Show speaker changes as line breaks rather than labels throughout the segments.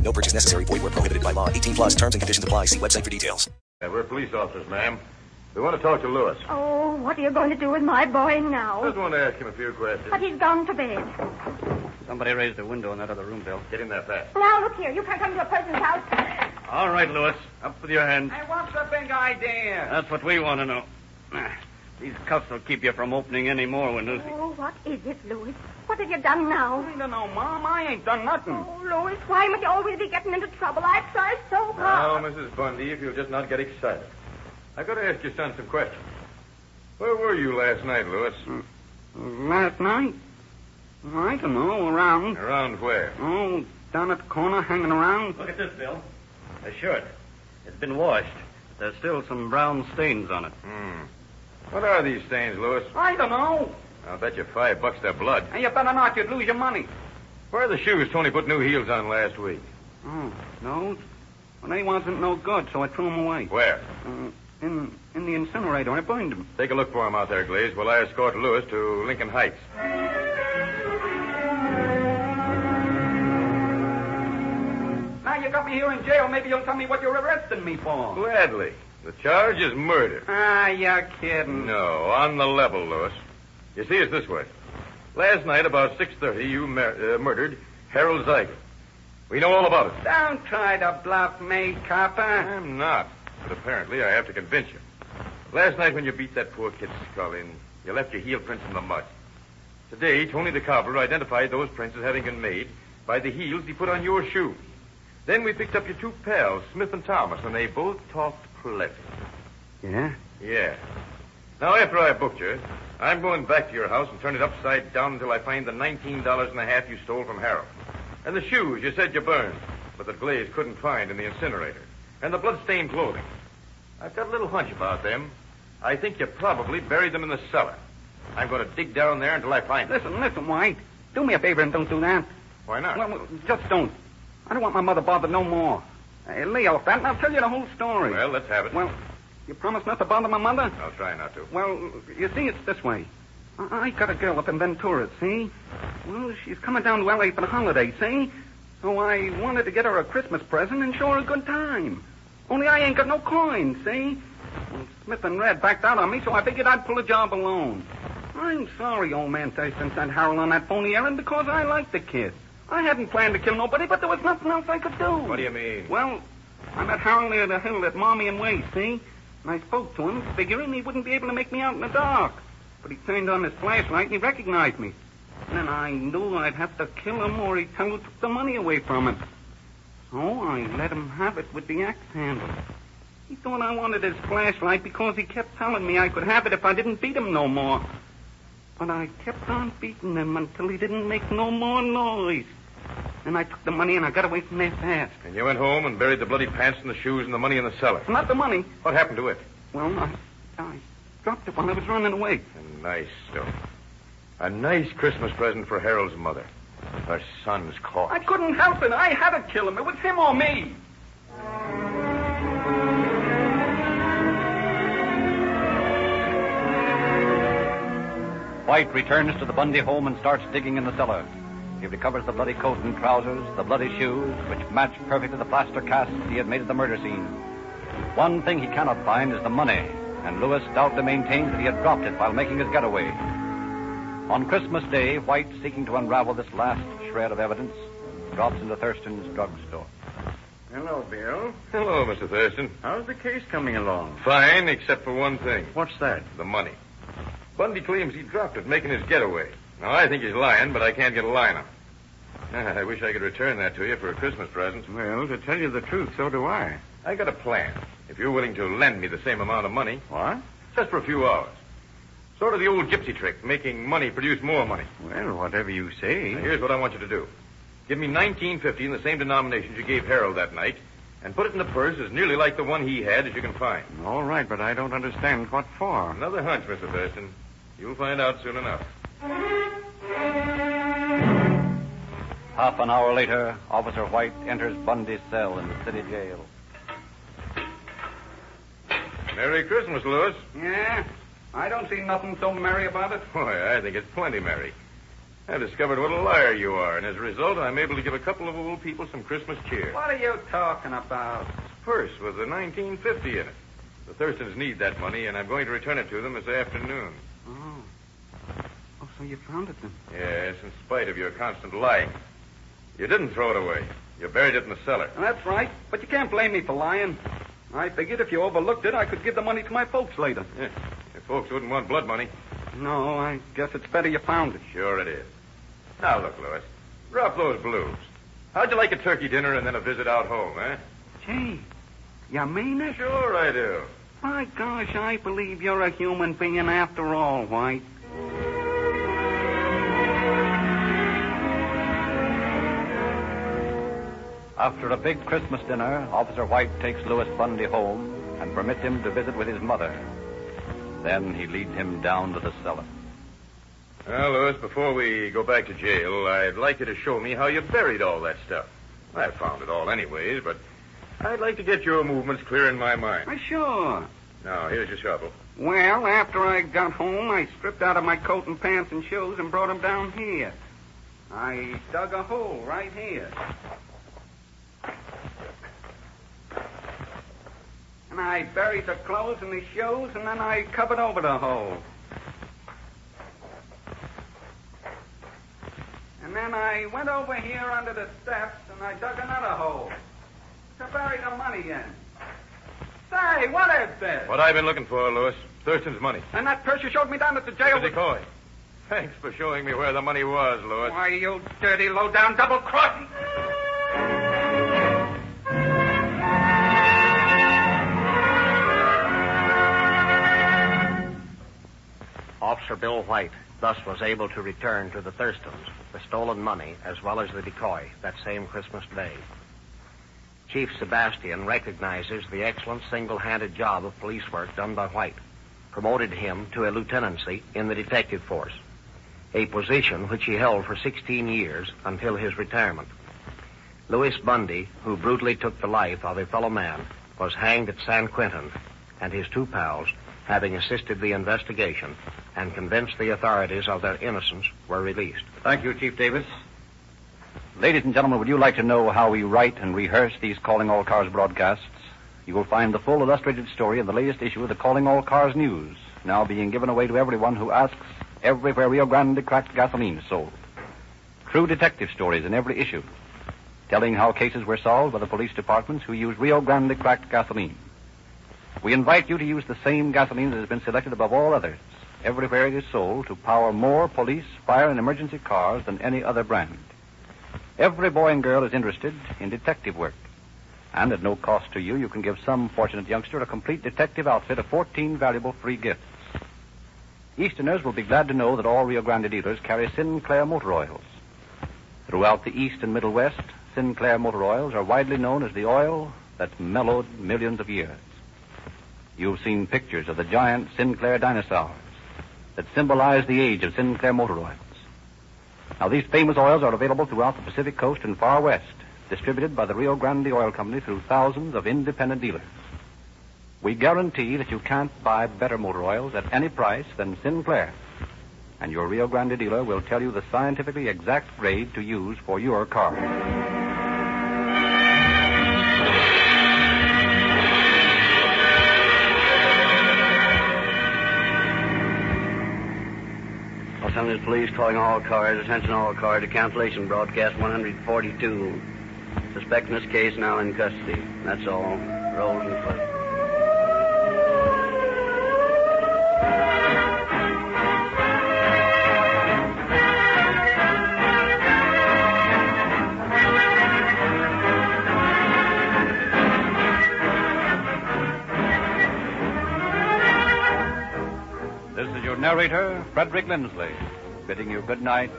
No purchase necessary. Void where prohibited by law. 18 plus terms and conditions apply. See website for details.
Yeah, we're police officers, ma'am. We want to talk to Lewis.
Oh, what are you going to do with my boy
I just
now?
want to ask him a few questions.
But he's gone to bed.
Somebody raised the window in that other room, Bill.
Get in there fast.
Now, look here. You can't come to a person's house.
All right, Lewis. Up with your hands.
want the big idea.
That's what we want to know. Ah, These cuffs will keep you from opening any more windows.
Oh, what is it, Louis? What have you done now?
No, no, Mom, I ain't done nothing.
Oh, Louis, why must you always be getting into trouble? I've tried so
Now,
hard.
Mrs. Bundy, if you'll just not get excited. I've got to ask your son some questions. Where were you last night, Lewis?
Mm, Last night? I don't know, around.
Around where?
Oh, down at the corner, hanging around. Look at this, Bill. A shirt. It's been washed. There's still some brown stains on it.
Hmm. What are these stains, Lewis?
I don't know.
I'll bet you five bucks they're blood.
And you better not. You'd lose your money.
Where are the shoes Tony put new heels on last week?
Oh, no. Well, they wasn't no good, so I threw them away.
Where?
Uh, in, in the incinerator. I burned them.
Take a look for him out there, Glaze, while I escort Lewis to Lincoln Heights.
Now you got me here in jail. Maybe you'll tell me what you're arresting me for.
Gladly. The charge is murder.
Ah, you're kidding.
No, on the level, Lewis. You see, it's this way. Last night, about 6.30, you mur- uh, murdered Harold Zeiger. We know all about it.
Don't try to bluff me, copper.
I'm not, but apparently I have to convince you. Last night when you beat that poor kid's skull in, you left your heel prints in the mud. Today, Tony the cobbler identified those prints as having been made by the heels he put on your shoes. Then we picked up your two pals, Smith and Thomas, and they both talked plenty.
Yeah?
Yeah. Now, after I booked you, I'm going back to your house and turn it upside down until I find the nineteen dollars and a half you stole from Harold. And the shoes you said you burned, but that Glaze couldn't find in the incinerator. And the bloodstained clothing. I've got a little hunch about them. I think you probably buried them in the cellar. I'm going to dig down there until I find them.
Listen, listen, White. Do me a favor and don't do that.
Why not?
Well, well, just don't. I don't want my mother bothered no more. Hey, lay off that, and I'll tell you the whole story.
Well, let's have it.
Well, you promise not to bother my mother?
I'll try not to.
Well, you see, it's this way. I, I got a girl up in Ventura, see? Well, she's coming down to L.A. for the holiday, see? So I wanted to get her a Christmas present and show her a good time. Only I ain't got no coin, see? Well, Smith and Red backed out on me, so I figured I'd pull a job alone. I'm sorry old man Thurston sent Harold on that phony errand because I liked the kid. I hadn't planned to kill nobody, but there was nothing else I could do.
What do you mean?
Well, I met Harold near the hill at Mommy and Way, see? And I spoke to him, figuring he wouldn't be able to make me out in the dark. But he turned on his flashlight and he recognized me. And then I knew I'd have to kill him or he took the money away from him. So Oh, I let him have it with the axe handle. He thought I wanted his flashlight because he kept telling me I could have it if I didn't beat him no more. But I kept on beating him until he didn't make no more noise. Then I took the money and I got away from there fast.
And you went home and buried the bloody pants and the shoes and the money in the cellar.
Not the money.
What happened to it?
Well, I, I dropped it while I was running away.
A nice stone. A nice Christmas present for Harold's mother. Her son's corpse.
I couldn't help it. I had to kill him. It was him or me. White returns to the Bundy home and starts digging in the cellar. He recovers the bloody coat and trousers, the bloody shoes, which match perfectly the plaster casts he had made at the murder scene. One thing he cannot find is the money, and Lewis stoutly maintains that he had dropped it while making his getaway. On Christmas Day, White, seeking to unravel this last shred of evidence, drops into Thurston's drugstore. Hello, Bill.
Hello, Mr. Thurston.
How's the case coming along?
Fine, except for one thing
What's that?
the money. Bundy claims he dropped it making his getaway. Now, I think he's lying, but I can't get a line on him. Ah, I wish I could return that to you for a Christmas present.
Well, to tell you the truth, so do I.
I got a plan. If you're willing to lend me the same amount of money,
What?
just for a few hours. Sort of the old gypsy trick, making money produce more money.
Well, whatever you say.
Now, here's what I want you to do. Give me 1950 in the same denomination you gave Harold that night, and put it in the purse as nearly like the one he had as you can find.
All right, but I don't understand what for.
Another hunch, Mr. Thurston. You'll find out soon enough.
Half an hour later, Officer White enters Bundy's cell in the city jail.
Merry Christmas, Lewis.
Yeah? I don't see nothing so merry about it.
Boy, I think it's plenty merry. I've discovered what a liar you are, and as a result, I'm able to give a couple of old people some Christmas cheer.
What are you talking about?
Purse with the 1950 in it. The Thurstons need that money, and I'm going to return it to them this afternoon.
Oh. Oh, so you found it then?
Yes, in spite of your constant lying. You didn't throw it away. You buried it in the cellar.
That's right. But you can't blame me for lying. I figured if you overlooked it, I could give the money to my folks later.
Yeah. Your folks wouldn't want blood money.
No, I guess it's better you found it.
Sure it is. Now look, Louis. Drop those blues. How'd you like a turkey dinner and then a visit out home, eh?
Gee, you mean it?
Sure I do.
My gosh, I believe you're a human being after all, White.
After a big Christmas dinner, Officer White takes Louis Bundy home and permits him to visit with his mother. Then he leads him down to the cellar.
Well, Louis, before we go back to jail, I'd like you to show me how you buried all that stuff. I found it all anyways, but I'd like to get your movements clear in my mind.
Uh, sure.
Now, here's your shovel.
Well, after I got home, I stripped out of my coat and pants and shoes and brought 'em down here. I dug a hole right here. And I buried the clothes and the shoes, and then I covered over the hole. And then I went over here under the steps, and I dug another hole to bury the money in. Say, what is this?
What I've been looking for, Louis, Thurston's money.
And that purse you showed me down at the jail.
Mr. decoy. Thanks for showing me where the money was, Louis.
Why, you dirty, low-down double-crossing.
Officer Bill White thus was able to return to the Thurstons the stolen money as well as the decoy that same Christmas day. Chief Sebastian recognizes the excellent single-handed job of police work done by White, promoted him to a lieutenancy in the detective force, a position which he held for 16 years until his retirement. Louis Bundy, who brutally took the life of a fellow man, was hanged at San Quentin, and his two pals, having assisted the investigation and convinced the authorities of their innocence, were released.
Thank you, Chief Davis. Ladies and gentlemen, would you like to know how we write and rehearse these Calling All Cars broadcasts? You will find the full illustrated story in the latest issue of the Calling All Cars News, now being given away to everyone who asks everywhere Rio Grande cracked gasoline is sold. True detective stories in every issue, telling how cases were solved by the police departments who used Rio Grande cracked gasoline. We invite you to use the same gasoline that has been selected above all others, everywhere it is sold, to power more police, fire, and emergency cars than any other brand. Every boy and girl is interested in detective work. And at no cost to you, you can give some fortunate youngster a complete detective outfit of 14 valuable free gifts. Easterners will be glad to know that all Rio Grande dealers carry Sinclair motor oils. Throughout the East and Middle West, Sinclair motor oils are widely known as the oil that mellowed millions of years. You've seen pictures of the giant Sinclair dinosaurs that symbolize the age of Sinclair motor oils. Now, these famous oils are available throughout the Pacific Coast and far west, distributed by the Rio Grande Oil Company through thousands of independent dealers. We guarantee that you can't buy better motor oils at any price than Sinclair. And your Rio Grande dealer will tell you the scientifically exact grade to use for your car.
Los Angeles Police calling all cars. Attention all cars. A cancellation broadcast 142.
Suspect in this case now in custody. That's all. Rolls and Foote.
This is your narrator, Frederick Lindsley, bidding you good night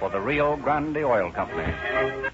for the Rio Grande Oil Company.